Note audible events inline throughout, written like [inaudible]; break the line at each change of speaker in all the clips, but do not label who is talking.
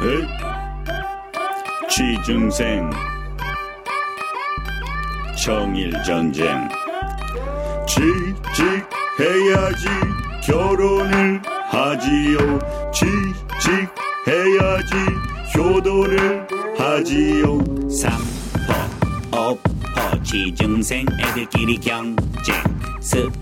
네. 취중생 청일전쟁 취직해야지 결혼을 하지요 취직해야지 효도를 하지요
삼포 오포 취중생 애들끼리 경쟁 스펙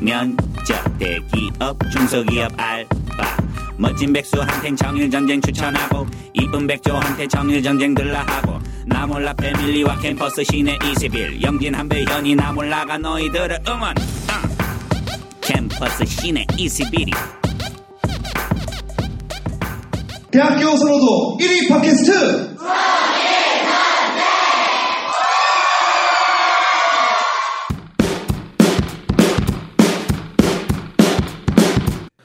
면접 대기업 중소기업 알바 멋진 백수한텐 정일전쟁 추천하고 이쁜 백조한테 정일전쟁 들라하고 나몰라 패밀리와 캠퍼스 시내 21 영진 한배 현이 나몰라가 너희들을 응원 응. 캠퍼스 시내 21이
대학교 선호도 1위 팟캐스트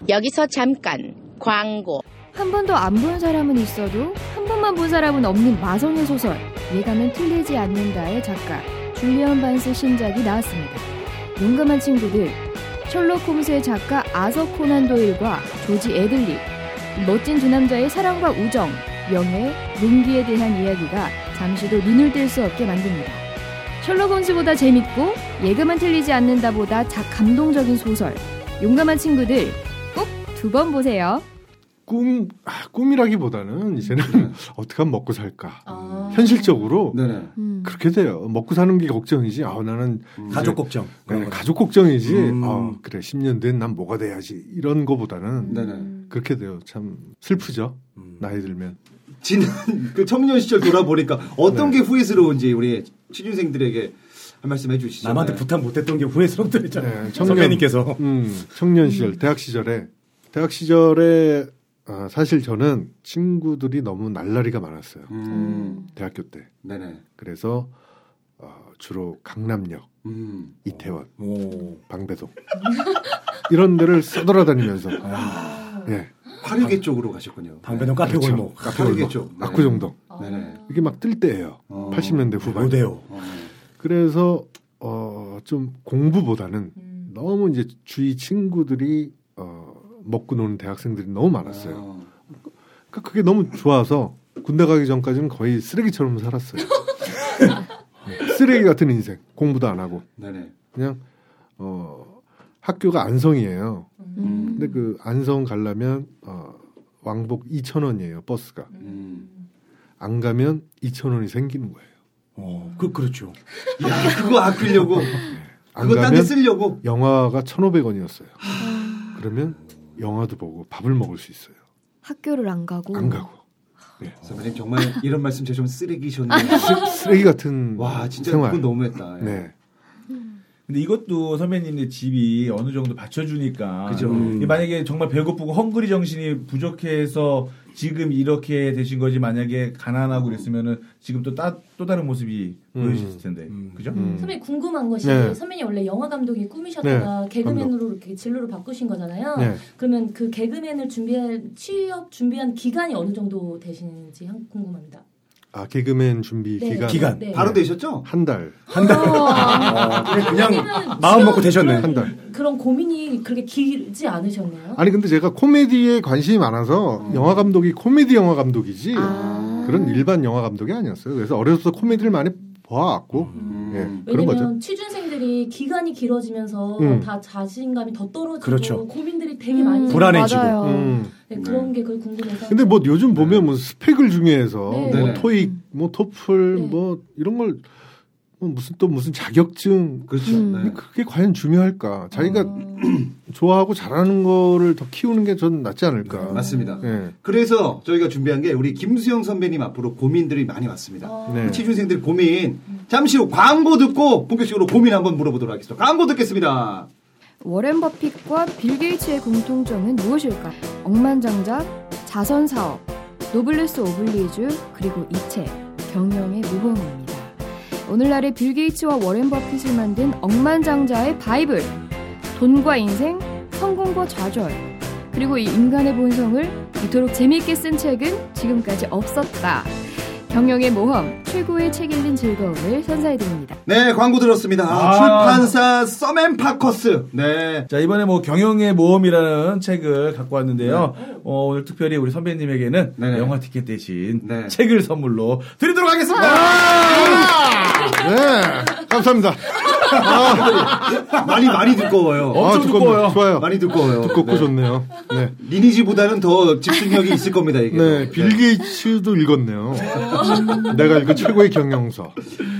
여기서 잠깐 광고.
한 번도 안 본 사람은 있어도 한 번만 본 사람은 없는 마성의 소설 예감은 틀리지 않는다의 작가 줄리언 반스 신작이 나왔습니다. 용감한 친구들 셜록 홈스의 작가 아서 코난 도일과 조지 애들리 멋진 두 남자의 사랑과 우정, 명예, 용기에 대한 이야기가 잠시도 눈을 뗄 수 없게 만듭니다. 셜록 홈스보다 재밌고 예감은 틀리지 않는다보다 작 감동적인 소설 용감한 친구들 꼭 두 번 보세요.
꿈 아, 꿈이라기보다는 이제는 [laughs] 어떻게 하면 먹고 살까 현실적으로
네네.
음.
그렇게 돼요 먹고 사는 게 걱정이지 아 나는
음. 가족 걱정.
네, 가족 걱정이지
음.
어, 그래 10년 된 난 뭐가 돼야지 이런 거보다는
네네.
그렇게 돼요 참 슬프죠 나이 들면
음. 지난 [laughs] 그 청년 시절 돌아보니까 어떤 게 후회스러운지 우리 취준생들에게 한 말씀 해주시죠.
남한테
네.
부탁 못했던 게 후회스럽다랬잖아요. [laughs]
네, 청년-
선배님께서.
음, 청년 시절, 대학 시절에 대학 시절에 아, 사실 저는 친구들이 너무 날라리가 많았어요.
음,
대학교 때.
네네.
그래서 어, 주로 강남역,
음.
이태원,
오.
방배동 이런 데를 써돌아다니면서 예,
화류계 쪽으로 가셨군요.
방배동 카페
그렇죠.
골목. 아,
카페
그러게
골목,
좀. 네.
압구정동
네네.
이게 막 뜰 때예요.
어.
80년대 후반.
로데오.
어,
그래서 어, 좀 공부보다는 너무 이제 주위 친구들이 어, 먹고 노는 대학생들이 너무 많았어요.
아.
어.
그러니까 그게 너무 좋아서 군대 가기 전까지는 거의 쓰레기처럼 살았어요. 네, 쓰레기 같은 인생. 공부도 안 하고
네네.
그냥 어 학교가 안성이에요.
음.
근데 그 안성 가려면 어 왕복 2천 원이에요 버스가.
음.
안 가면 2천 원이 생기는 거예요.
어, 그, 그렇죠.
음. 야, 그거 아끼려고.
안
그거 딴 데
가면
쓰려고.
영화가 1,500원이었어요.
아.
그러면 영화도 보고 밥을 먹을 수 있어요.
학교를 안 가고
안 가고
선배님 정말 이런 말씀 제좀 쓰레기셨네요.
쓰레기 같은
와, 진짜
생활.
그건 너무했다. 예.
네.
근데 이것도 선배님의 집이 어느 정도 받쳐주니까.
그죠.
이 만약에 정말 배고프고 헝그리 정신이 부족해서 지금 이렇게 되신 거지 만약에 가난하고 그랬으면은 지금 또, 따, 또 다른 모습이
음.
보여주실 텐데. 그죠?
음.
선배님 궁금한 것이
네.
선배님 원래 영화 감독이 꿈이셨다가 개그맨으로 이렇게 진로를 바꾸신 거잖아요.
네.
그러면 그 개그맨을 준비한 취업 준비한 기간이 어느 정도 되시는지 한- 궁금합니다.
아 개그맨 준비
네.
기간
기간.
네.
바로 되셨죠?
한 달. [laughs]
아니면은
그냥 마음 먹고 되셨네.
그런-
한 달.
그런 고민이 그렇게 길지 않으셨나요?
아니 근데 제가 코미디에 관심이 많아서
음.
영화 감독이 코미디 영화 감독이지
아.
그런 일반 영화 감독이 아니었어요. 그래서 어려서부터 코미디를 많이 보았고
음.
예, 그런
왜냐면
거죠.
취준생들이 기간이 길어지면서
음.
다 자신감이 더 떨어지고
그렇죠.
고민들이 되게 많이
불안- 불안해지고.
어,
맞아요.
음.
네, 그런 게 그걸 궁금해서 아,
근데 뭐 요즘 보면 뭐 스펙을 중요해서
네.
뭐
네.
토익, 뭐 토플,
네.
뭐 이런 걸뭐 무슨 또 무슨 자격증
그렇죠.
음.
네.
근데 그게 과연 중요할까? 자기가
아.
좋아하고 잘하는 거를 더 키우는 게 전 낫지 않을까?
맞습니다.
예.
그래서 저희가 준비한 게 우리 김수영 선배님 앞으로 고민들이 많이 왔습니다.
어,
네.
취준생들 고민 잠시 후 광고 듣고 본격적으로 고민 한번 물어보도록 하겠습니다. 광고 듣겠습니다.
워렌 버핏과 빌 게이츠의 공통점은 무엇일까? 억만장자, 자선사업, 노블레스 오블리주, 그리고 이체, 경영의 모범입니다. 오늘날의 빌 게이츠와 워렌 버핏을 만든 억만장자의 바이블, 돈과 인생, 성공과 좌절, 그리고 이 인간의 본성을 이토록 재미있게 쓴 책은 지금까지 없었다.
경영의 모험, 최고의 책 읽는 즐거움을 선사해드립니다.
네, 광고 들었습니다. 아, 출판사 썸앤 파커스. 네.
자, 이번에 뭐 경영의 모험이라는 책을 갖고 왔는데요. 어, 오늘 특별히 우리 선배님에게는 영화 티켓 대신 책을 선물로 드리도록 하겠습니다.
네, 감사합니다.
많이 많이 두꺼워요.
엄청 두꺼워요.
좋아요.
많이 두꺼워요.
두껍고
네.
좋네요. 네.
리니지보다는 더 집중력이 있을 겁니다, 이게.
네, 빌 게이츠도 읽었네요.
어.
내가 읽은 최고의 경영서.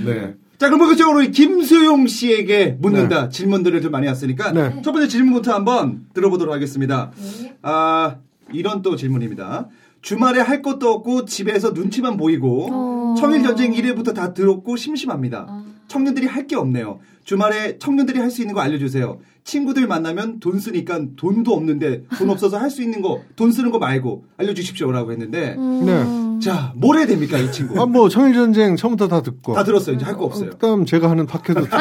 네.
자, 그럼 본격적으로 우리 김수용 씨에게
네.
묻는다 질문들을 좀 많이 왔으니까
네.
첫 번째 질문부터 한번 들어보도록 하겠습니다. 아, 이런 또 질문입니다. 주말에 할 것도 없고 집에서 눈치만 보이고 청일 전쟁 1회부터 다 들었고 심심합니다. 청년들이 할 게 없네요. 주말에 청년들이 할 수 있는 거 알려주세요. 친구들 만나면 돈 쓰니까 돈도 없는데 돈 없어서 할 수 있는 거 돈 쓰는 거 말고 알려주십시오라고 했는데
네.
자, 뭘 해야 됩니까 이 친구?
아, 뭐, 청일전쟁 처음부터 다 듣고.
다 들었어요. 이제 할 거 없어요.
그 다음 제가 하는 [laughs] 팟캐도 듣고.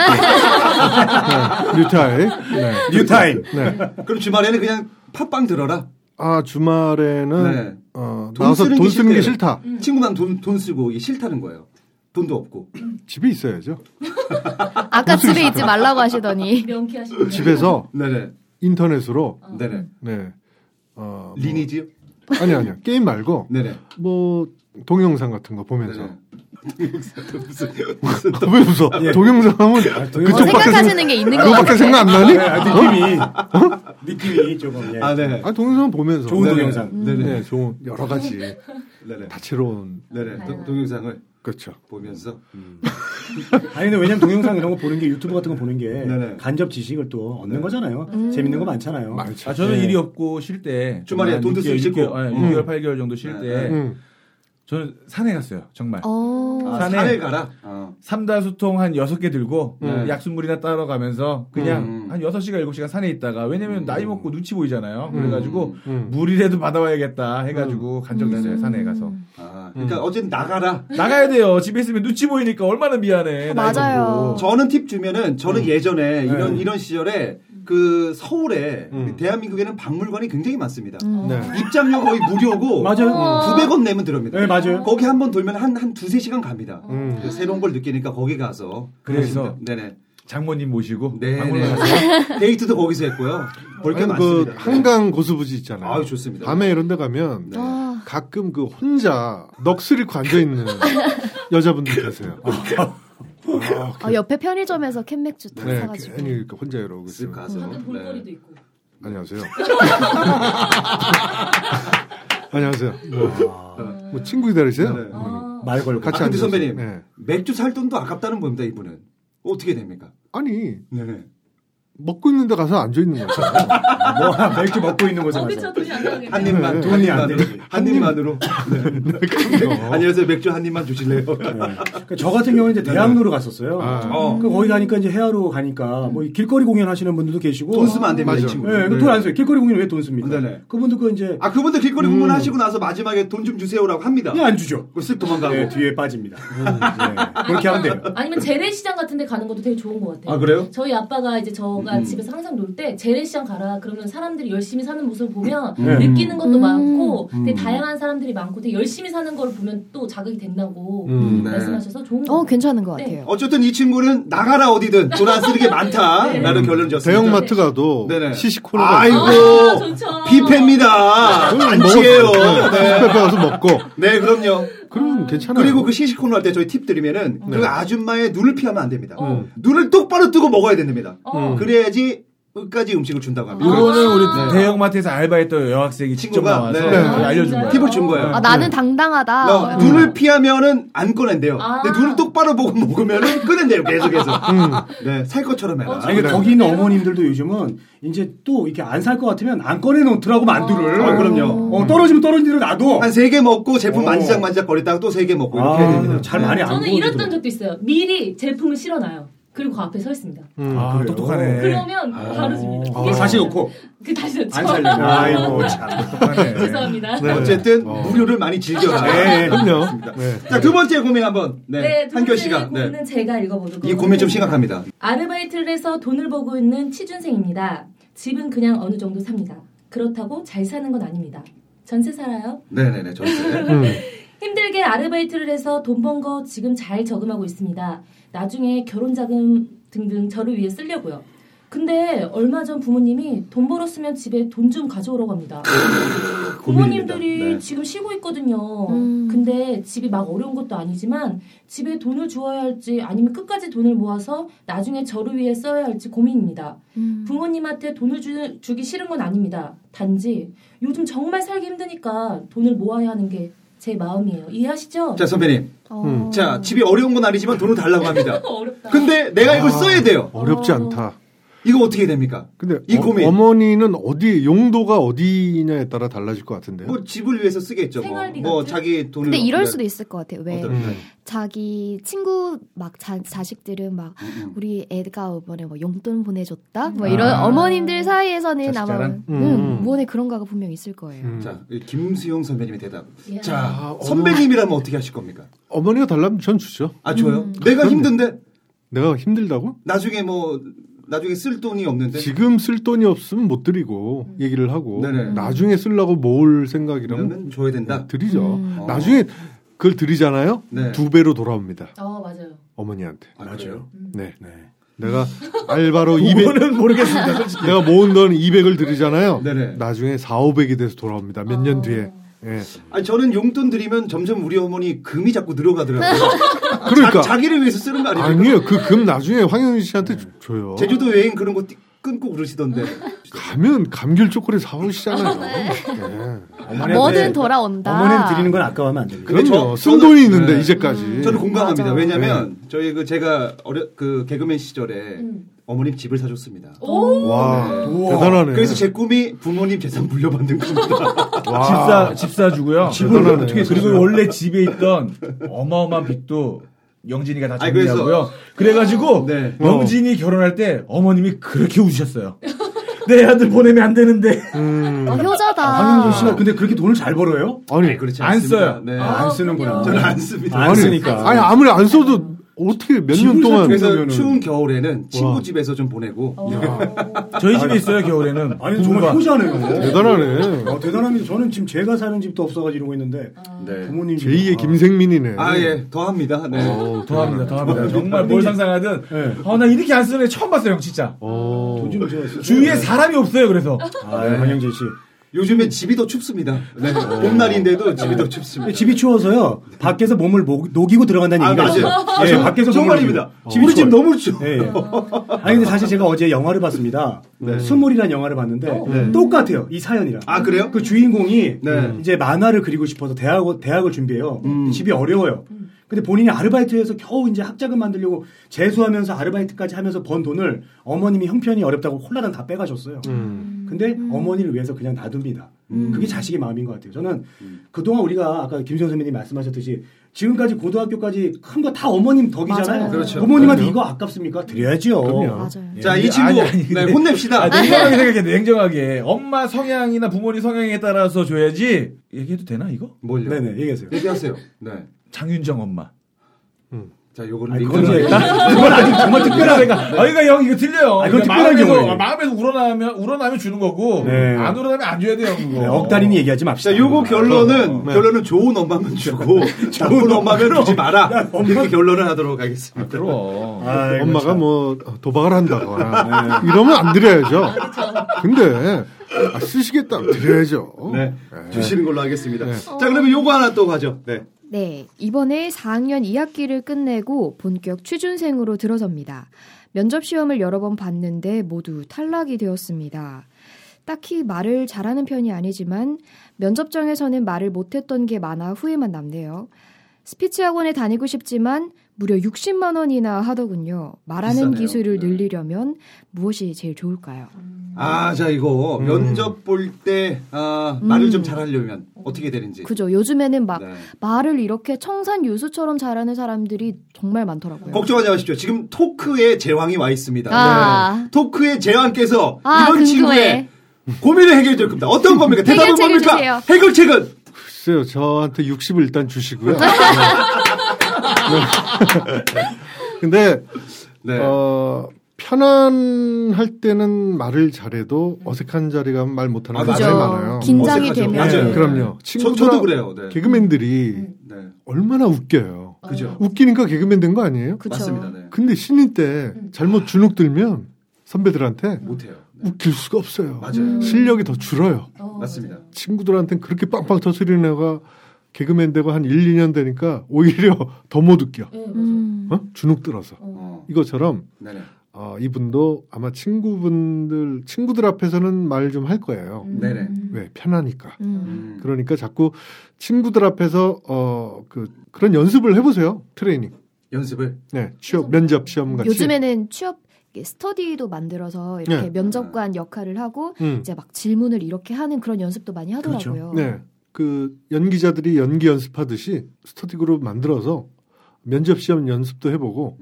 네, 뉴타임. 네.
뉴타임.
네.
그럼 주말에는 그냥 팟빵 들어라.
아, 주말에는,
네.
어,
돈
나와서
쓰는
돈
게
쓰는 게
싫대요.
싫다.
친구만 돈, 돈 쓰고 이게 싫다는 거예요. 돈도 없고.
집에 있어야죠.
아까 집에 있지 말라고 하시더니
명쾌하시네요.
집에서
네네.
인터넷으로,
네네.
네. 어, 뭐-
리니지요?
아니, 아니요. 게임 말고,
네네.
뭐, 동영상 같은 거 보면서. 아,
네네. 무슨, 무슨 또-
왜 웃어?
예.
동영상
[laughs]
하면
동영상.
어,
그쪽밖에
생각하시는 게
네.
있는 것
너밖에
같아요.
생각 안 나니?
어?
느낌이 느낌이 조금 예.
아, 네네.
아, 동영상 보면서.
좋은
네네.
동영상.
네, 좋은 여러 가지
네네.
아. 다채로운
네네. 동- 동영상을
그렇죠.
보면서.
아니 근데 왜냐면 동영상 이런 거 보는 게 유튜브 같은 거 보는 게
네네.
간접 지식을 또 얻는 거잖아요. 재밌는 거 네. 음. 많잖아요.
아, 저는
네.
일이 없고 쉴 때.
주말에
한
돈도
육 개월,
쓰기 싫고.
육 개월, 아니,
음.
6개월, 8개월 정도 쉴
네,
때.
네.
음.
저는 산에 갔어요. 정말.
어,
아,
산에-
산에 가라. 어.
삼다수통 한 여섯 개 들고
네.
약수물이나 따러 가면서 그냥
음.
한 여섯 시간 일곱 시간 산에 있다가 왜냐면 나이 먹고 눈치 보이잖아요. 그래가지고
음.
물이라도 받아와야겠다 해가지고 간 적이
음.
있어요. 산에 가서.
아, 그러니까
음.
어쨌든 나가라.
나가야 돼요. 집에 있으면 눈치 보이니까 얼마나 미안해.
어,
나이
맞아요.
먹고.
저는 팁 주면은
음.
저는 예전에 이런 이런 시절에 그 서울에
네. 음.
대한민국에는 박물관이 굉장히 많습니다.
네.
입장료 거의 무료고
맞아요.
900원 내면 들어옵니다.
네, 맞아요.
거기 한 번 돌면 한, 한 두세 시간 갑니다.
음.
그 새로운 걸 느끼니까 거기 가서.
그래서
하십니다. 네네.
장모님 모시고
네네.
박물관 가서
[laughs] 데이트도 거기서 했고요. 볼 게
아니,
많습니다. 네.
그 한강 고수부지 있잖아요.
아유, 좋습니다. 네.
네. 밤에 이런 데 가면
아,
가끔 그 혼자 넋을 잃고 앉아 있는 여자분들 계세요.
아, 옆에 편의점에서 캔맥주 다
네,
사가지고.
괜히 이렇게 혼자 이러고
쓱
있어요.
가서.
다들
네.
볼거리도 있고.
음. 안녕하세요. [laughs] 안녕하세요. 뭐, 뭐 친구 기다리세요? 어.
네.
아,
말 걸고
같이
아, 근데
앉아서.
선배님.
네.
맥주 살 돈도 아깝다는 겁니다, 이분은. 어떻게 됩니까?
아니
네네.
먹고 있는데 가서 앉아 있는
[laughs]
거잖아요.
뭐 하나 맥주 먹고 있는 거잖아요.
어디서 돈이 안 나가겠네.
한 입만,
네.
두 입만,
돈이 안 되지.
한 입만으로. 네. [laughs] 안녕하세요. 맥주 한 입만 주실래요?
그러니까 저 같은 경우는 이제 대학로로 갔었어요.
아.
어.
그 거기 가니까 이제 해화로 가니까 뭐이 길거리 공연 하시는 분들도 계시고
돈 쓰면 안 됩니다, 이
맞아. 네,
친구.
예, 돈안 써요. 길거리 공연 왜 돈 씁니까?
네네.
그분들 그 이제
아, 그분들 길거리 공문하시고 나서 마지막에 돈 좀 주세요라고 합니다. 뭐
그냥 안 주죠.
그쓱 도망가고.
예, 뒤에 빠집니다. 예, 그렇게 하면 돼요.
아니면 재래시장 같은 데 가는 것도 되게 좋은 것 같아요.
아, 그래요?
저희 아빠가 이제 저가
음.
집에서 항상 놀 때 재래시장 가라 그러면 사람들이 열심히 사는 모습을 보면
네.
느끼는 것도
음.
많고 되게 다양한 사람들이 많고 되게 열심히 사는 걸 보면 또 자극이 된다고
음,
네.
말씀하셔서 좋은 것
어,
같아요.
괜찮은 것 같아요.
어쨌든 이 친구는 나가라 어디든 돈 안 쓰는 게
네.
많다라는 결론을 졌습니다.
음. 대형마트 가도
네네.
시시콜라가
아이고.
있어요.
그-
아, 좋죠.
뷔페입니다. 아, 안치예요.
네.
네.
뷔페 가서 먹고.
네, 그럼요.
그럼 괜찮아요. 네.
그리고 그 시식 코너 할 때 저희 팁 드리면은 그 아줌마의 눈을 피하면 안 됩니다.
어.
눈을 똑바로 뜨고 먹어야 됩니다.
음.
어.
음.
아,
그래야지 끝까지 음식을 준다고 합니다.
이거는 우리
네.
대형마트에서 알바했던 여학생이 직접
친구가,
나와서
네.
저희
네.
알려준 거예요.
팁을 준 거예요.
아, 나는 당당하다.
음.
나 눈을 피하면은 안 꺼낸대요.
네. 아.
근데 눈을 똑바로 보고 먹으면은 꺼낸대요. 계속해서.
음.
네, 살 것처럼 해라.
어,
아니, 그러니까 거기 있는 어머님들도 요즘은 이제 또 이렇게 안 살 것 같으면 안 꺼내놓더라고 만두를.
아, 그럼요.
어, 떨어지면 떨어진 대로 놔둬.
한 세 개 먹고 제품
어.
만지작만지작 거리다가 또 세 개 먹고 이렇게
아,
해야 됩니다.
잘 많이 안
저는 이랬던
보여주더라고요.
적도 있어요. 미리 제품을 실어놔요. 그리고 그 앞에 서 있습니다.
음,
아,
그래요?
똑똑하네.
그러면 바로 줍니다.
어, 네. 다시 놓고
그 다시 넣죠.
안 살려. 아이고 참.
똑똑하네.
[laughs] 죄송합니다.
네.
어쨌든 무료를 많이 즐겨라.
네.
그럼요. 네.
자, 두 번째 고민 한번. 네.
네, 두
한결
번째
씨가.
고민은
네.
제가 읽어보도록
이 고민 좀
하겠습니다.
심각합니다.
아르바이트를 해서 돈을 벌고 있는 취준생입니다. 집은 그냥 어느 정도
네,
삽니다. 그렇다고 잘 사는 건 아닙니다. 전세 살아요.
음.
네네네, 저는.
힘들게 아르바이트를 해서 돈 번 거 지금 잘 저금하고 있습니다. 나중에 결혼 자금 등등 저를 위해 쓰려고요. 근데 얼마 전 부모님이 돈 벌었으면 집에 돈 좀 가져오라고 합니다.
고민입니다.
부모님들이
네.
지금 쉬고 있거든요. 근데 집이 막 어려운 것도 아니지만 집에 돈을 주어야 할지 아니면 끝까지 돈을 모아서 나중에 저를 위해 써야 할지 고민입니다.
음.
부모님한테 돈을 주, 주기 싫은 건 아닙니다. 단지 요즘 정말 살기 힘드니까 돈을 모아야 하는 게 제 마음이에요. 이해하시죠?
자 선배님,
어.
자 집이 어려운 건 아니지만 돈을 달라고 합니다.
어렵다.
근데 내가 이걸 써야 돼요.
어렵지 않다.
이거 어떻게 됩니까?
근데
이
어,
고민.
머니는 어디 용도가 어디냐에 따라 달라질 것 같은데요.
음.
뭐 집을 위해서 쓰겠죠. 뭐,
생활비
뭐
같은?
자기 돈을.
근데 이럴
네.
수도 있을 것 같아요. 왜
어떨까요?
음.
자기 친구 막 자, 자식들은 막
네.
우리 애가 이번에 뭐 용돈 보내줬다 뭐 이런
아.
어머님들 사이에서는 아마
자식자랑?
음.
음.
무언의 그런 가가 분명 있을 거예요.
음.
자 이 김수용 선배님의 대답.
예.
자
아,
어머.
선배님이라면 어떻게 하실 겁니까?
어머니가 달라면 전 주죠.
아 줘요?
음.
내가 힘든데
내가 힘들다고?
나중에 뭐 나중에 쓸 돈이
네.
없는데.
지금 쓸 돈이 없으면 못 드리고 얘기를 하고
네네.
나중에 쓰려고 모을
네,
생각이라면 네,
줘야 된다.
드리죠.
어.
나중에 그걸 드리잖아요.
네.
두 배로 돌아옵니다.
어 맞아요.
어머니한테.
맞아요. 음.
네. 내가
[laughs]
알바로 200
그거는 모르겠습니다, 솔직히. 네,
내가 모은 돈 200을 드리잖아요. 나중에 4, 500이 돼서 돌아옵니다. 몇 년 뒤에. 예.
아 저는 용돈 드리면 점점 우리 어머니 금이 자꾸 [laughs] 늘어가더라고요.
그러니까.
자, 기를 위해서 쓰는 거 아니에요?
아니에요. 그 금 나중에 황영희 씨한테 주- 줘요.
제주도 여행 그런 거 띠- 끊고 그러시던데.
가면 감귤 초콜릿 사오시잖아요. 네.
어머니한테-
뭐든 돌아온다.
어머니는 드리는 건 아까워하면 안 됩니다.
그럼요. 쓴 돈이 있는데 이제까지.
네. 저는 공감합니다. 왜냐면 저희 그 제가 어려 그 개그맨 시절에 어머님 집을 사줬습니다.
오.
와,
우와.
대단하네.
그래서 제 꿈이 부모님 재산 물려받는 겁니다.
아.
집사 집사 주고요.
집을
대단하네.
어떻게
그리고
쓰세요?
원래 집에 있던 어마어마한 빚도 영진이가 다
아니, 그래서- 네.
정리하고요. 그래가지고 영진이 결혼할 때 어머님이 그렇게 우셨어요. 내 아들 보내면 안 되는데.
네,
어, 효자다.
황영준
아,
씨가 근데 그렇게 돈을 잘 벌어요?
아니
그렇지
안 써요.
네.
아, 안 쓰는구나.
저는 안 씁니다.
안 쓰니까.
아니 아무리 안 써도 어떻게 몇 년
집을
동안
그래서
그러면은-
추운 겨울에는 친구
와.
집에서 좀 보내고
어.
어,
저희 집에 있어요 겨울에는.
아니 정말
부모가.
효자네요.
대단하네.
아,
어, 대단합니다. 저는 지금 제가 사는 집도 없어가지고 이러고 있는데 부모님 집.
제2의 김생민이네.
아 예, 더 합니다. 네.
어.
더합니다, 더합니다. 정말 뭘 상상하든.
네.
어, 나 이렇게 안 쓰는 애 처음 봤어요, 형, 진짜.
요즘 제가
주위에 사람이 없어요, 그래서.
아, 예, 황영진 씨.
네. 요즘에 집이 더 춥습니다. 네. 봄날인데도 집이 더 춥습니다.
아, 예. 집이 추워서요. 밖에서 몸을 목- 녹이고 들어간다는
아,
얘기가
맞아요.
있어요.
아,
예,
저-
밖에서
정말입니다.
집이
우리 집
추워요.
너무 추워.
예, 예. 아니 근데 사실 제가 어제 영화를 봤습니다. 네, 스물이란 영화를
어.
봤는데
네.
똑같아요 이 사연이랑.
아, 그래요?
그 주인공이
네. 음.
이제 만화를 그리고 싶어서 대학 대학을 준비해요. 집이 어려워요. 근데 본인이 아르바이트해서 겨우 이제 학자금 만들려고 재수하면서 아르바이트까지 하면서 번 돈을 어머님이 형편이 어렵다고 콜라당 다 빼가셨어요.
음.
근데 어머니를 위해서 그냥 놔둡니다. 그게 자식의 음. 마음인 것 같아요. 저는 그동안 우리가 아까 김수현 선배님이 말씀하셨듯이 지금까지 고등학교까지 큰 거 다 어머님 덕이잖아요.
맞아요. 그렇죠.
부모님한테
그럼요.
이거 아깝습니까?
어.
드려야죠.
맞아요.
예.
자, 이 친구 네, 혼냅시다.
아,
네.
냉정하게 생각해, 냉정하게. 엄마 성향이나 부모님 성향에 따라서 줘야지. 얘기해도 되나, 이거?
뭘요?
네네 얘기하세요.
얘기하세요. 네.
장윤정 엄마.
자, 요거는
아니,
민정이-
네, 그건 이제 그건 아직 정말 특별한
내가, 아, 이거 형, 이거 들려요.
아, 이건
그러니까
특별한
마음에서,
경우예요.
마음에서 우러나면, 우러나면 주는 거고,
네.
안 우러나면 안 줘야 돼요, 그거.
네, 억다리는 얘기하지 맙시다. 어,
자, 요거 결론은
네.
결론은 좋은
[laughs]
엄마만 주고 나쁜 엄마면 주지 마라. 이렇게 결론을 하도록
아,
하겠습니다.
어.
그럼.
예, 그렇죠.
아이고,
엄마가
참.
뭐 도박을
아,
한다거나
네.
이러면 안 드려야죠. 근데 아, 쓰시겠다 드려야죠.
네. 주시는 걸로 하겠습니다. 자, 그러면 요거 하나 또 가죠. 네.
네, 이번에 4학년 2학기를 끝내고 본격 취준생으로 들어섭니다. 면접 시험을 여러 번 봤는데 모두 탈락이 되었습니다. 딱히 말을 잘하는 편이 아니지만 면접장에서는 말을 못했던 게 많아 후회만 남네요. 스피치 학원에 다니고 싶지만 무려 60만 원이나 하더군요. 말하는
비싸네요.
기술을
네.
늘리려면 무엇이 제일 좋을까요?
아, 자, 이거
음.
면접 볼 때 아, 말을 좀 잘하려면 어떻게 되는지.
음. 그죠? 아. 요즘에는 막
네.
말을 이렇게 청산 유수처럼 잘하는 사람들이 정말 많더라고요.
걱정하지 마십시오. 지금 토크의 제왕이 와 있습니다.
아.
네. 토크의 제왕께서
아,
이런
궁금해.
친구의 고민을 해결해 줄 겁니다. 어떤 겁니까? 대답은
해결책을
뭡니까?
주세요.
해결책은
글쎄요 저한테 60을
[laughs]
일단 주시고요. 네. 근데 [laughs]
네.
어, 편안할 때는 말을 잘해도 어색한 자리 가면 말 못하는
아,
사람이
맞아요.
많아요. 네,
긴장이 어색하죠. 되면.
음,
맞아요.
그럼요.
저-
친구들
저도 그래요. 네. 아,
개그맨들이 얼마나 웃겨요.
그죠.
어,
웃기니까 개그맨 된 거 아니에요?
그쵸. 맞습니다, 네. 음.
근데 신인 때 잘못 주눅 들면 선배들한테
못해요. 네.
웃길 수가 없어요.
맞아요. 음.
실력이 더 줄어요.
맞습니다.
친구들한테는 그렇게 빵빵 터트리는 애가 개그맨 되고 한 1, 2년 되니까 오히려 [laughs] 더 못 웃겨.
음.
음,
음.
어? 주눅 들어서. 이것처럼
네네.
어, 이분도 아마 친구분들 친구들 앞에서는 말 좀 할 거예요.
음.
네네.
왜 편하니까. 그러니까 자꾸 친구들 앞에서 어, 그, 그런 연습을 해보세요. 트레이닝.
연습을.
네, 취업 면접 시험
그러니까
같이.
요즘에는 취업 이게 스터디도 만들어서 이렇게
네.
면접관 역할을 하고
음.
이제 막 질문을 이렇게 하는 그런 연습도 많이
그렇죠.
하더라고요.
네. 그 연기자들이 연기 연습하듯이 스터디 그룹 만들어서 면접 시험 연습도 해보고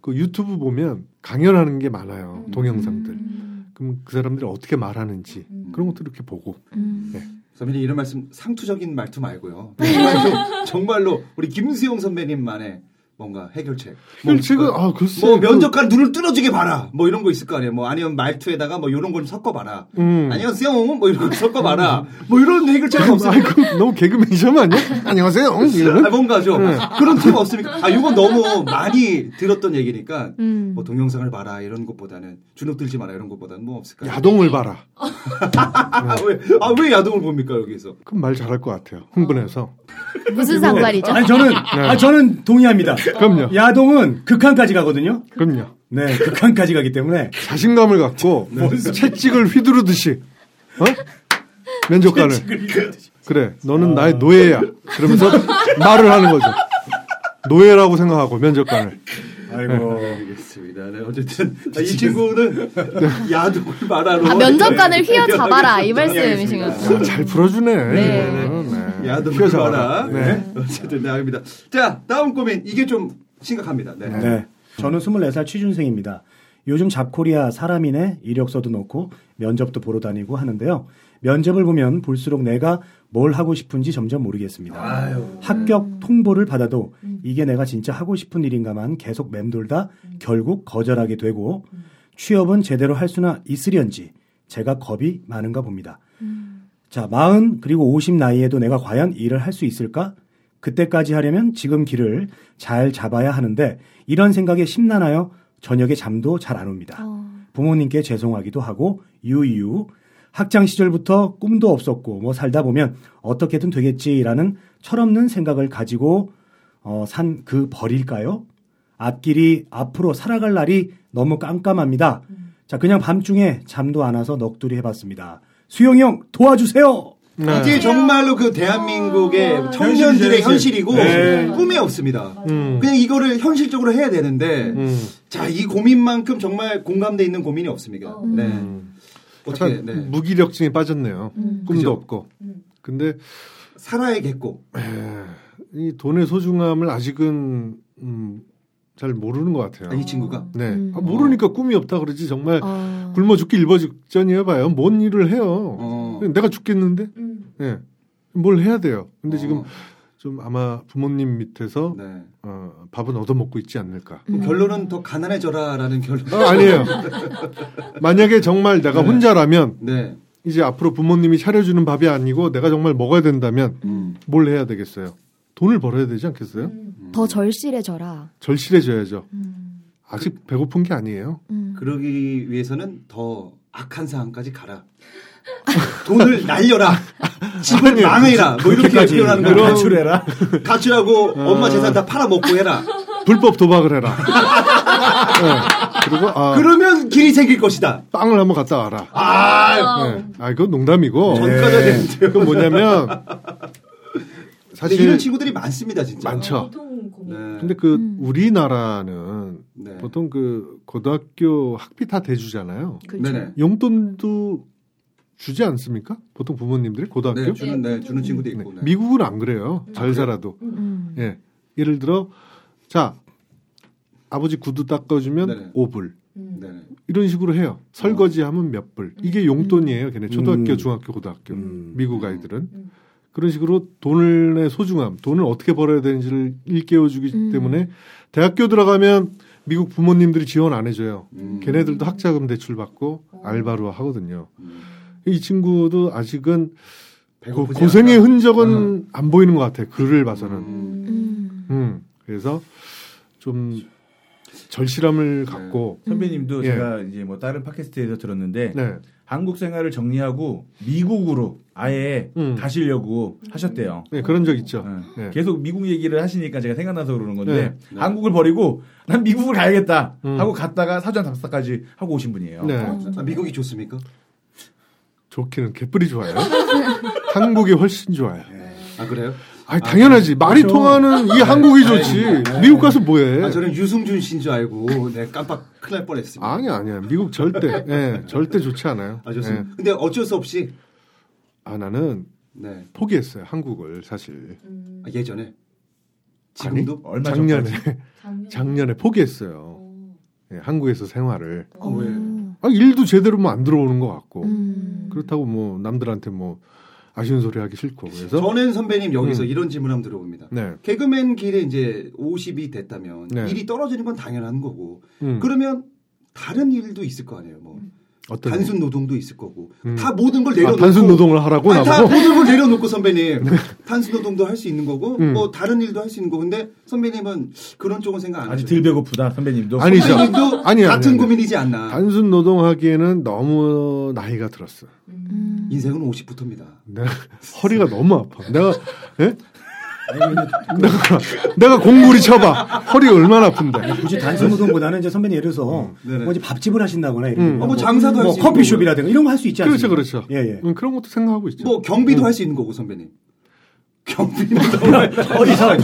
그 유튜브 보면 강연하는 게 많아요
음.
동영상들 그럼 그 사람들이 어떻게 말하는지 그런 것도 이렇게 보고
음.
네.
선배님 이런 말씀 상투적인 말투 말고요. 정말로, [laughs] 정말로 우리 김수용 선배님만의 뭔가 해결책. 뭐,
해결책은, 아, 글쎄,
뭐
그-
면접관 눈을 뚫어지게 봐라. 뭐 이런 거 있을 거 아니에요. 뭐 아니면 말투에다가 뭐 이런 걸 섞어봐라.
음.
안녕하세요. 뭐 이런 걸 섞어봐라. 뭐 이런 해결책은
그럼,
없어요.
아이, 그럼 너무 개그맨
[laughs]
시험 아니야? 안녕하세요. 이거는?
아, 뭔가죠.
네.
그런 팁 없습니까? 아, 이건 너무 많이 들었던 얘기니까
음.
뭐 동영상을 봐라 이런 것보다는 주눅 들지 마라 이런 것보다는 뭐 없을까요?
야동을 봐라.
아, 왜, 아, 왜 야동을 봅니까 여기서?
그럼 말 잘할 것 같아요. 흥분해서.
무슨 상관이죠?
아니 저는 아 저는 동의합니다.
아,
그럼요.
야동은 극한까지 가거든요.
그럼요.
네, 극한까지 가기 때문에
자신감을 갖고
네.
채찍을 휘두르듯이 어? 면접관을 그래 너는
아.
나의 노예야 그러면서 말을 하는 거죠 노예라고 생각하고 면접관을
아이고
알겠습니다. 네, 어쨌든 아, 이 친구는 야동을 말하러
아, 면접관을 휘어잡아라,
네,
이 말씀이신 거죠?
뭐 알겠습니다.
아, 잘 풀어주네
야동을
휘어잡아라.
봐라.
네.
네. 어쨌든 나갑니다. 자 다음 고민 이게 좀 심각합니다. 네.
네. 저는 24살 취준생입니다. 요즘 잡코리아 사람이네 이력서도 넣고 면접도 보러 다니고 하는데요. 면접을 보면 볼수록 내가 뭘 하고 싶은지 점점 모르겠습니다. 합격 통보를 받아도 이게 내가 진짜 하고 싶은 일인가만 계속 맴돌다 결국 거절하게 되고 취업은 제대로 할 수나 있으련지 제가 겁이 많은가 봅니다. 자, 40 그리고 50 나이에도 내가 과연 일을 할 수 있을까? 그때까지 하려면 지금 길을 잘 잡아야 하는데 이런 생각에 심란하여 저녁에 잠도 잘 안
어,
옵니다. 부모님께 죄송하기도 하고 유유 학창 시절부터 꿈도 없었고 뭐 살다 보면 어떻게든 되겠지라는 철없는 생각을 가지고 어, 산 그 벌일까요? 앞길이 앞으로 살아갈 날이 너무 깜깜합니다. 자, 그냥 밤중에 잠도 안 와서 넋두리 해봤습니다. 수영이 형 도와주세요.
네.
이게 정말로 그 대한민국의
아.
청년들의 네. 현실이고 네. 음. 꿈이 없습니다.
음,
그냥 이거를 현실적으로 해야 되는데 자 이 고민만큼 정말 공감돼 있는 고민이 없습니다.
음.
네. 어떻게
음. 약간
네.
무기력증에 빠졌네요
음.
꿈도
그죠?
없고 근데
살아야겠고
이 돈의 소중함을 아직은 음, 잘 모르는 것 같아요
아, 이 친구가
네. 아, 모르니까 꿈이 없다 그러지 정말
음.
굶어 죽기 일보 직전이에요 봐요. 뭔 일을 해요.
어.
내가 죽겠는데.
음.
예. 뭘 해야 돼요.
어.
근데 지금 좀 아마 부모님 밑에서
네.
어, 밥은 얻어먹고 있지 않을까.
음.
그럼 결론은 더 가난해져라라는
[laughs]
결론.
아, 아니에요. 만약에 정말 내가
네.
혼자라면
네.
이제 앞으로 부모님이 차려주는 밥이 아니고 내가 정말 먹어야 된다면
음.
뭘 해야 되겠어요? 돈을 벌어야 되지
네?
않겠어요?
음,
더 절실해져라.
절실해져야죠.
음.
아직
그
배고픈 게 아니에요.
음.
그러기 위해서는 더 악한 상황까지
[laughs]
가라. 돈을 날려라. 집을
아니요.
망해라. 뭐 이렇게
그렇게까지
표현하는 거예요.
[laughs]
가출해라.
가출하고
아.
엄마 재산 다 팔아먹고 해라.
불법
[laughs]
도박을 해라. 네. 그리고 아,
그러면 길이 생길 것이다.
빵을 한번 갔다 와라.
아,
네. 아, 이건 농담이고.
전과자
네.
되는데요.
그건 뭐냐면,
근데
사실.
이런 친구들이 많습니다, 진짜.
많죠.
보통 어, 고민.
네.
근데 그, 우리나라는
네.
보통 그, 고등학교 학비 다 대주잖아요.
그-
그렇죠.
네네.
용돈도 주지 않습니까? 보통 부모님들이 고등학교?
네, 주는, 네, 주는 친구도 음, 있고. 네.
미국은 안 그래요. 잘 살아도.
음.
예. 예를 들어, 자, 아버지 구두 닦아주면
네네.
5불.
음,
네네.
이런 식으로 해요. 설거지하면 몇
음.
불. 이게 용돈이에요. 걔네 초등학교,
음.
중학교, 고등학교.
음.
미국 아이들은. 그런 식으로
음.
돈의 소중함, 돈을 어떻게 벌어야 되는지를 일깨워주기 때문에 대학교 들어가면 미국 부모님들이 지원 안 해줘요.
음.
걔네들도 학자금 대출 받고
어.
알바로 하거든요. 이 친구도 아직은 그 고,
음. 배고프지
고생의
않다.
흔적은
음.
안 보이는 것 같아. 글을 봐서는. 음.
음.
그래서 좀
네.
절실함을 갖고.
선배님도
예.
제가 이제 뭐 다른 팟캐스트에서 들었는데
네.
한국 생활을 정리하고 미국으로 아예
음.
가시려고 하셨대요.
네, 그런 적 있죠.
네.
네.
계속 미국 얘기를 하시니까 제가 생각나서 그러는 건데
네.
한국을 버리고 난 미국을 가야겠다
음.
하고 갔다가 사전 답사까지 하고 오신 분이에요.
네.
아, 미국이 좋습니까?
좋기는
[laughs]
개뿔이 좋아요. 한국이 훨씬 좋아요.
아 그래요?
아 당연하지. 말이
그렇죠.
통하는 이 한국이 좋지. 미국 가서 뭐해?
네. 아 저는 유승준 씨인 줄 알고 네 깜빡 큰일 날 뻔했습니다.
아니 야 아니야.
[laughs]
미국 절대 예, 절대 좋지 않아요.
아 좋습니다.
예.
근데 어쩔 수 없이
아 나는
네
포기했어요. 한국을 사실.
음.
아, 예전에 지금도
얼마
작년에
전까지.
[laughs]
작년.
작년에 포기했어요.
어.
예, 한국에서 생활을.
아, 왜?
아, 일도 제대로 뭐 안 들어오는 것 같고.
어. 음.
그렇다고 뭐 남들한테 뭐 아쉬운 소리 하기 싫고. 그래서
저는 선배님 여기서
음.
이런 질문 한번 들어봅니다.
네.
개그맨 길에 이제 50이 됐다면
네.
일이 떨어지는 건 당연한 거고
음,
그러면 다른 일도 있을 거 아니에요. 뭐
어떤
단순 노동도 있을 거고
음.
다 모든 걸
일? 아,
내려놓고
단순 노동을 하라고
아니, 다
나보고. 뭐. 네.
모든 걸 내려놓고 선배님 단순 노동도 할 수 있는 거고
음.
뭐 다른 일도 할 수 있는 거고 근데 선배님은 그런 쪽은 생각 안
아직
하죠.
덜 배고프다 선배님도.
아니죠.
선배님도
아니야,
같은
아니야.
고민이지 않나.
단순 노동하기에는 너무 나이가 들었어.
음.
인생은 50부터입니다.
내가 [laughs] 허리가 너무 아파. 내가 예?
아니, 근데
내가 내가 공구리 쳐봐. 허리 얼마나 아픈데.
굳이 단순 노동보다는 이제 선배님 예를 들어서
네네.
뭐 이제 밥집을 하신다거나 이런
음.
거.
어, 뭐 장사도 할수
뭐
있는
커피숍이라든가 이런 거 할 수 있지
그렇죠,
않습니까?
그렇죠.
예, 예.
음, 그런 것도 생각하고 있죠.
뭐 경비도 할 수 있는 거고 선배님. 경비는 정말
이상한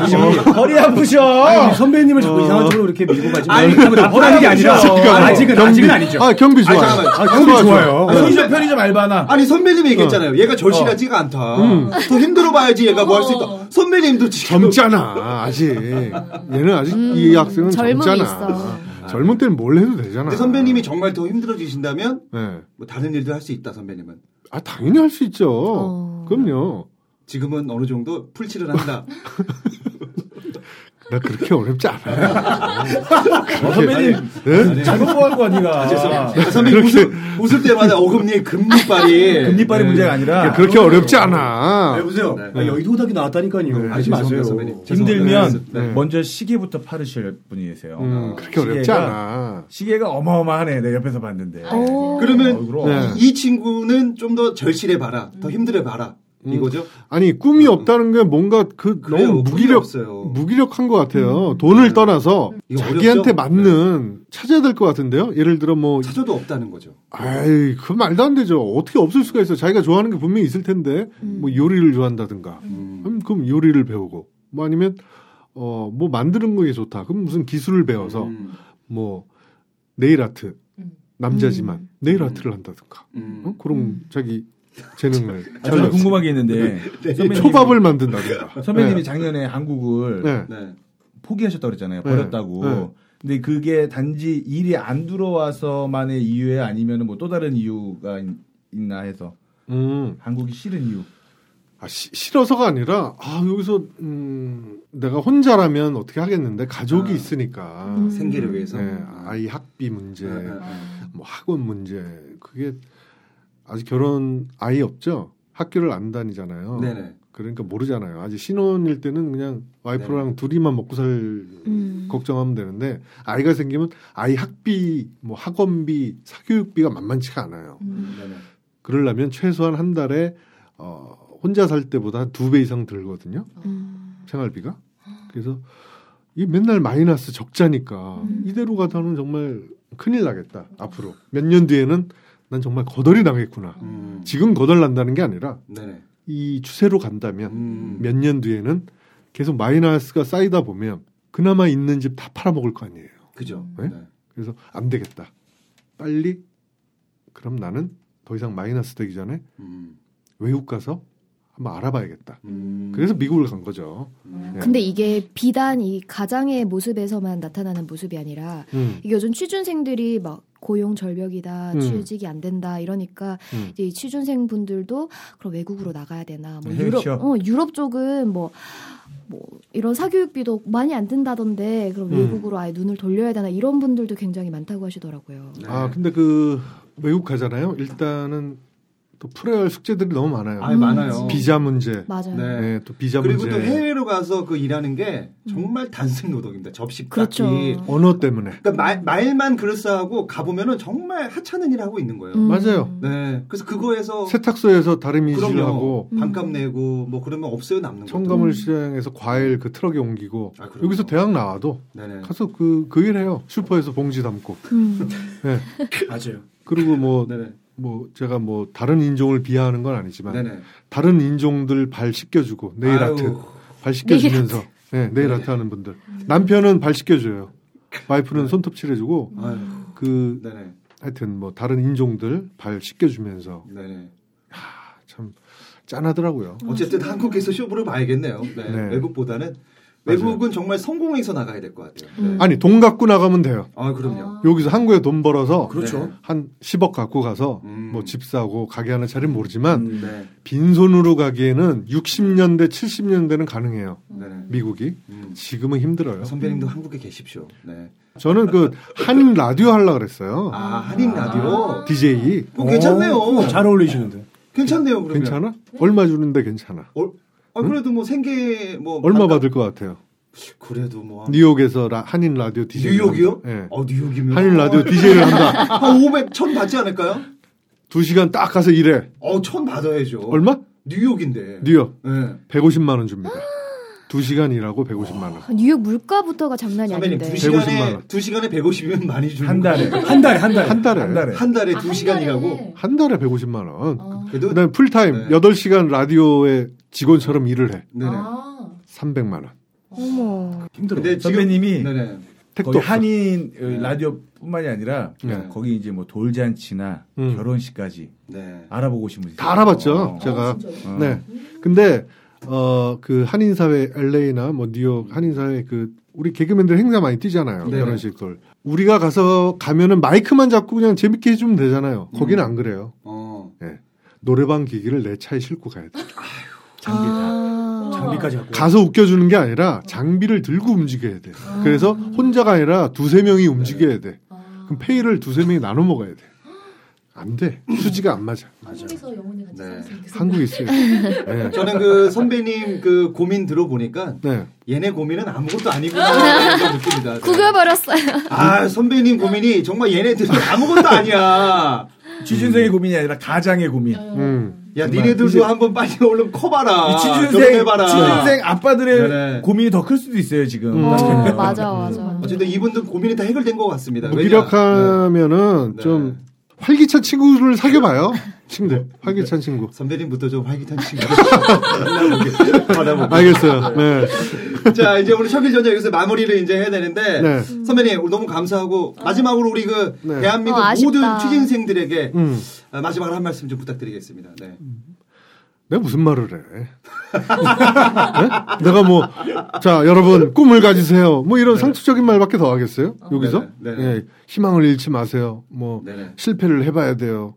허리 아프셔.
아니, 선배님을 자꾸 이상한 쪽으로 이렇게 밀고 가지
아니,
말고 뭐라는 게 아니라
그러니까
아직은
경비-
아직은 아니죠.
아 경비 좋아요.
아니, 잠깐만.
아,
경비 좋아요.
편의점 편의점 알바나.
아니 선배님이 얘기했잖아요. 얘가 절실하지가 않다. 더 힘들어 봐야지 얘가 뭐 할 수 있다. 선배님도 지금
젊잖아 아직 얘는 아직 이 학생은
젊음이
젊잖아.
있어.
젊은 때는 뭘 해도 되잖아.
근데 선배님이 정말 더 힘들어지신다면
예.
뭐 다른 일도 할 수 있다 선배님은.
아 당연히 할 수 있죠.
어.
그럼요.
지금은 어느 정도 풀칠을 한다.
나 그렇게 어렵지 않아요. [laughs]
어, 선배님
예?
잘못 보한 거 아니가.
아, 선배님 웃을, 웃을 때마다 어금니 금리빨이
금리빨이 문제가 아니라
네, 그렇게 어렵지 않아.
여보세요.
네.
아, 여의도 호닥이 나왔다니까요.
아,
하지
죄송합니다,
마세요.
선배님.
힘들면
죄송합니다. 네.
먼저 시계부터 팔으실 분이세요.
음, 그렇게 어렵지
시계가-
않아.
시계가 어마어마하네. 내 옆에서 봤는데.
그러면
어, 그럼.
아,
네.
이 친구는 좀 더 절실해 봐라. 더 힘들어 봐라.
음.
이거죠?
아니 꿈이 없다는 게 음. 뭔가 음. 그
그래요.
너무
꿈이
무기력
없어요.
무기력한 것 같아요. 돈을
네.
떠나서
이거
자기한테
어렵죠?
맞는 찾아야 될 것 같은데요. 예를 들어 뭐
사줘도 없다는 거죠.
아이 그 말도 안 되죠. 어떻게 없을 수가 있어. 자기가 좋아하는 게 분명히 있을 텐데 뭐 요리를 좋아한다든가
음.
그럼, 그럼 요리를 배우고 뭐 아니면 어 뭐 만드는 거에 좋다. 그럼 무슨 기술을 배워서
음.
뭐 네일 아트
음.
남자지만
음.
네일 아트를 한다든가
음.
어? 그런 자기 재능을
아, 저는
잘라서.
궁금한 게 있는데 선배님이-
초밥을 만든다든가
[laughs] 선배님이 작년에 한국을
네.
네.
포기하셨다고 그랬잖아요.
네.
버렸다고.
네.
근데 그게 단지 일이 안 들어와서만의 이유에 아니면 뭐 또 다른 이유가 있- 있나 해서
음.
한국이 싫은 이유.
아, 시- 싫어서가 아니라 아 여기서 음, 내가 혼자라면 어떻게 하겠는데 가족이
아.
있으니까
생계를 위해서.
네, 아이 학비 문제,
네, 네, 네.
뭐 학원 문제 그게 아직 결혼 아이 없죠? 학교를 안 다니잖아요.
네네.
그러니까 모르잖아요. 아직 신혼일 때는 그냥 와이프랑 둘이만 먹고 살
음.
걱정하면 되는데 아이가 생기면 아이 학비, 뭐 학원비, 사교육비가 만만치가 않아요.
네네.
그러려면 최소한 한 달에 어, 혼자 살 때보다 두 배 이상 들거든요.
음.
생활비가. 그래서 이 맨날 마이너스 적자니까
음.
이대로 가다는 정말 큰일 나겠다. 앞으로 몇 년 뒤에는 난 정말 거덜이 나겠구나.
음.
지금 거덜 난다는 게 아니라
네네.
이 추세로 간다면
음.
몇 년 뒤에는 계속 마이너스가 쌓이다 보면 그나마 있는 집 다 팔아먹을 거 아니에요.
그죠.
네? 그래서 안 되겠다. 빨리 그럼 나는 더 이상 마이너스 되기 전에
음.
외국 가서 한번 알아봐야겠다. 그래서 미국을 간 거죠. 예.
근데 이게 비단 이 가장의 모습에서만 나타나는 모습이 아니라
음.
이게 요즘 취준생들이 막 고용 절벽이다,
음.
취직이 안 된다 이러니까
음.
이제 이 취준생 분들도 그럼 외국으로 나가야 되나, 뭐
네,
유럽,
그렇죠.
어, 유럽 쪽은 뭐. 뭐 이런 사교육비도 많이 안 든다던데 그럼
음.
외국으로 아예 눈을 돌려야 되나 이런 분들도 굉장히 많다고 하시더라고요.
네.
아 근데 그 외국 가잖아요. 일단은 또 풀어야 할 숙제들이 너무 많아요.
아 많아요.
비자 문제.
맞아요.
네.
예, 또 비자
그리고
문제. 음.
또 해외로 가서 그 일하는 게 정말 단순 노동입니다. 접시
그렇죠.
깎기.
언어 때문에.
그러니까 말, 말만 그럴싸하고 가보면은 정말 하찮은 일 하고 있는 거예요.
음.
맞아요.
네. 그래서 그거에서
세탁소에서 다리미
그럼요. 음.
실하고
반값 내고 뭐 그러면 없어요 남는 거.
청가물 시장에서 과일 그 트럭에 옮기고
아, 그럼요.
여기서 대학 나와도
네네.
가서 그, 그 일해요. 슈퍼에서 봉지 담고.
음.
예.
맞아요.
그리고 뭐,
네네.
뭐, 제가 뭐, 다른 인종을 비하하는 건 아니지만,
네네.
다른 인종들 발 씻겨주고, 네일
아유.
아트. 발 씻겨주면서, 예, 네일 아트 하는 분들. 남편은 발 씻겨줘요. 와이프는 손톱 칠해주고,
아유.
그,
네네.
하여튼 뭐, 다른 인종들 발 씻겨주면서,
네네.
아, 참, 짠하더라고요.
어쨌든 한국에서 쇼부를 봐야겠네요. 네.
네.
외국보다는
맞아요.
외국은 정말 성공해서 나가야 될 것 같아요. 네.
아니, 돈 갖고 나가면 돼요.
아 그럼요.
여기서 한국에 돈 벌어서, 네,
그렇죠.
한 10억 갖고 가서,
음.
뭐, 집 사고, 가게 하는 자리는 모르지만,
네.
빈손으로 가기에는 60년대, 70년대는 가능해요.
네네.
미국이.
음.
지금은 힘들어요.
선배님도 한국에 계십시오. 네.
저는 그 한인 라디오 하려고 그랬어요.
아 한인 라디오.
DJ.
어, 괜찮네요.
어, 잘 어울리시는데.
괜찮네요. 그러면.
괜찮아? 얼마 주는데 괜찮아.
어, 아, 그래도 뭐 생계 뭐
얼마
반값-
받을 것 같아요?
그래도 뭐 한-
뉴욕에서 라- 한인 라디오 DJ. 를
뉴욕이요?
한다. 예.
어 뉴욕이면
한인 라디오 DJ를 한다.
[laughs] 한 500, 1000 받지 않을까요?
두 시간 딱 가서 일해.
어, 네. 1000 받아야죠.
얼마?
뉴욕인데.
뉴욕.
예.
150만 원 줍니다.
아.
두 시간 일하고 150만 원.
아, 뉴욕 물가부터가 장난이
선배님
아닌데.
150만
2시간에
원.
2시간에 150이면 많이 주는
한 달에
거예요.
한 달에 한 달에
한 달에.
한 달에
한 달에
아,
2시간이라고.
한달에.
한 달에 150만 원.
아.
그래도
그다음에 풀타임
네.
8시간 라디오의 직원처럼 일을 해.
네네.
아.
300만 원.
어머.
힘들어.
근데 지금-
선배님이
네네.
택도
거기
없어.
한인 어,
네.
라디오뿐만이 아니라
네.
거기 이제 뭐 돌잔치나
음.
결혼식까지
네.
알아보고 오신 분이
다 알아봤죠.
있어요.
제가
어.
네. 근데 어 그 한인 사회 LA나 뭐 뉴욕 한인 사회 그 우리 개그맨들 행사 많이 뛰잖아요.
네.
이런 식들. 우리가 가서 가면은 마이크만 잡고 그냥 재밌게 해주면 되잖아요. 거기는 안 그래요.
어.
노래방 기기를 내 차에 싣고 가야 돼.
아.
장비까지 갖고.
가서 웃겨주는 게 아니라 장비를 들고 움직여야 돼. 그래서 혼자가 아니라 두세 명이 움직여야 돼.
아,
그럼 페이를 두세 명이 나눠 먹어야 돼. 안 돼. 수지가 안 맞아.
한국에서 영혼이 같이
네.
살았으면 좋겠어요.
한국에 있어야 돼. 네.
저는 그 선배님 그 고민 들어보니까
네.
얘네 고민은 아무것도 아니구나 이런 느낌이다. 네.
구겨버렸어요.
아 선배님 고민이 정말 얘네들은 아무것도 아니야.
취준생의 고민이 아니라 가장의 고민.
음.
야 니네들도 한번 빨리 얼른 커봐라.
아,
이 취준생,
결혼해봐라.
취준생 아빠들의
네네.
고민이 더 클 수도 있어요 지금.
음.
어,
어.
맞아, 맞아.
어쨌든 이분들 고민이 다 해결된 것 같습니다. 네,
뭐
왜냐?
무기력하면은
네.
좀 활기찬 친구를 사귀어봐요. 친구,
네.
활기찬 친구.
선배님부터 좀 활기찬 친구
[laughs]
만나보게- 받아보게.
알겠어요. 네.
자 이제 우리 청일 전자 여기서 마무리를 이제 해야 되는데
네.
선배님 오늘 너무 감사하고 마지막으로 우리 그
네.
대한민국
아. 어, 아쉽다.
모든 취준생들에게
음.
아, 마지막으로 한 말씀 좀 부탁드리겠습니다. 네.
내가 무슨 말을 해? 네? 내가 뭐, 자, 여러분, 꿈을 가지세요. 뭐 이런 상투적인 말밖에 더 하겠어요? 여기서?
네. 네네. 네네.
예, 희망을 잃지 마세요. 뭐,
네네.
실패를 해봐야 돼요.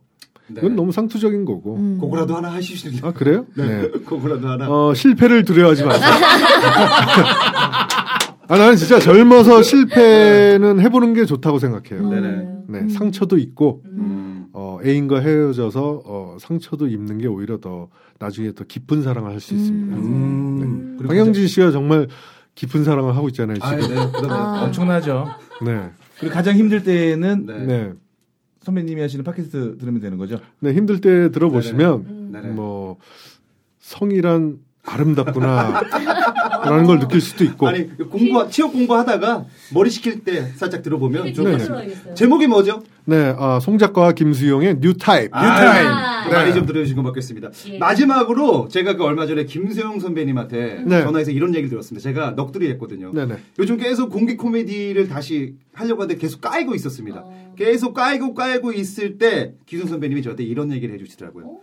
네.
이건 너무 상투적인 거고.
음.
그거라도 하나 하시죠.
아, 그래요?
[laughs]
네.
그거라도 하나.
어, 실패를 두려워하지 마세요. [laughs] 아, 나는 진짜 젊어서 실패는 해보는 게 좋다고 생각해요.
네네.
네, 상처도 있고
음.
어, 애인과 헤어져서 어, 상처도 입는 게 오히려 더 나중에 더 깊은 사랑을 할 수 있습니다.
음.
네. 황영진 씨가 정말 깊은 사랑을 하고 있잖아요
아, 네.
지금.
그다음에
엄청나죠.
네,
그리고 가장 힘들 때는
네.
네,
선배님이 하시는 팟캐스트 들으면 되는 거죠.
네 힘들 때 들어보시면
음,
네네.
뭐 성이란 아름답구나라는 걸 느낄 수도 있고.
아니 그 공부 취업 공부하다가 머리 식힐 때 살짝 들어보면 좋을 것
네.
같습니다.
들어야겠어요.
제목이 뭐죠?
네, 아, 송작가와 김수용의 뉴 타입.
아,
네.
많이 좀 들어주시고 받겠습니다.
예.
마지막으로 제가 그 얼마 전에 김세용 선배님한테
네.
전화해서 이런 얘기를 들었습니다. 제가 넋두리 했거든요.
네네.
요즘 계속 공기 코미디를 다시 하려고 하는데 계속 까이고 있었습니다.
어.
계속 까이고
어?
까이고 있을 때 기준 선배님이 저한테 이런 얘기를 해주시더라고요.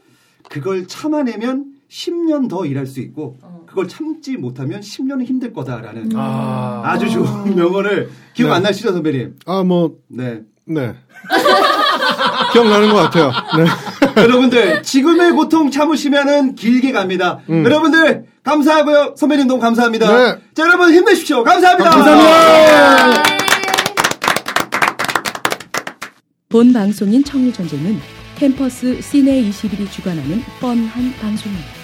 그걸 참아내면 10년 더 일할 수 있고
어.
그걸 참지 못하면 10년은 힘들 거다라는
음.
아.
아. 주 좋은 명언을
네.
기억 안 나시죠 선배님?
아, 뭐,
네.
네. [laughs] 기억나는 것 같아요. 네.
[laughs] 여러분들 지금의 고통 참으시면은 길게 갑니다.
음.
여러분들 감사하고요. 선배님 너무 감사합니다.
네.
자 여러분 힘내십시오. 감사합니다.
감사합니다.
본 방송인 청일전쟁은 캠퍼스 시내 21이 주관하는 뻔한 방송입니다.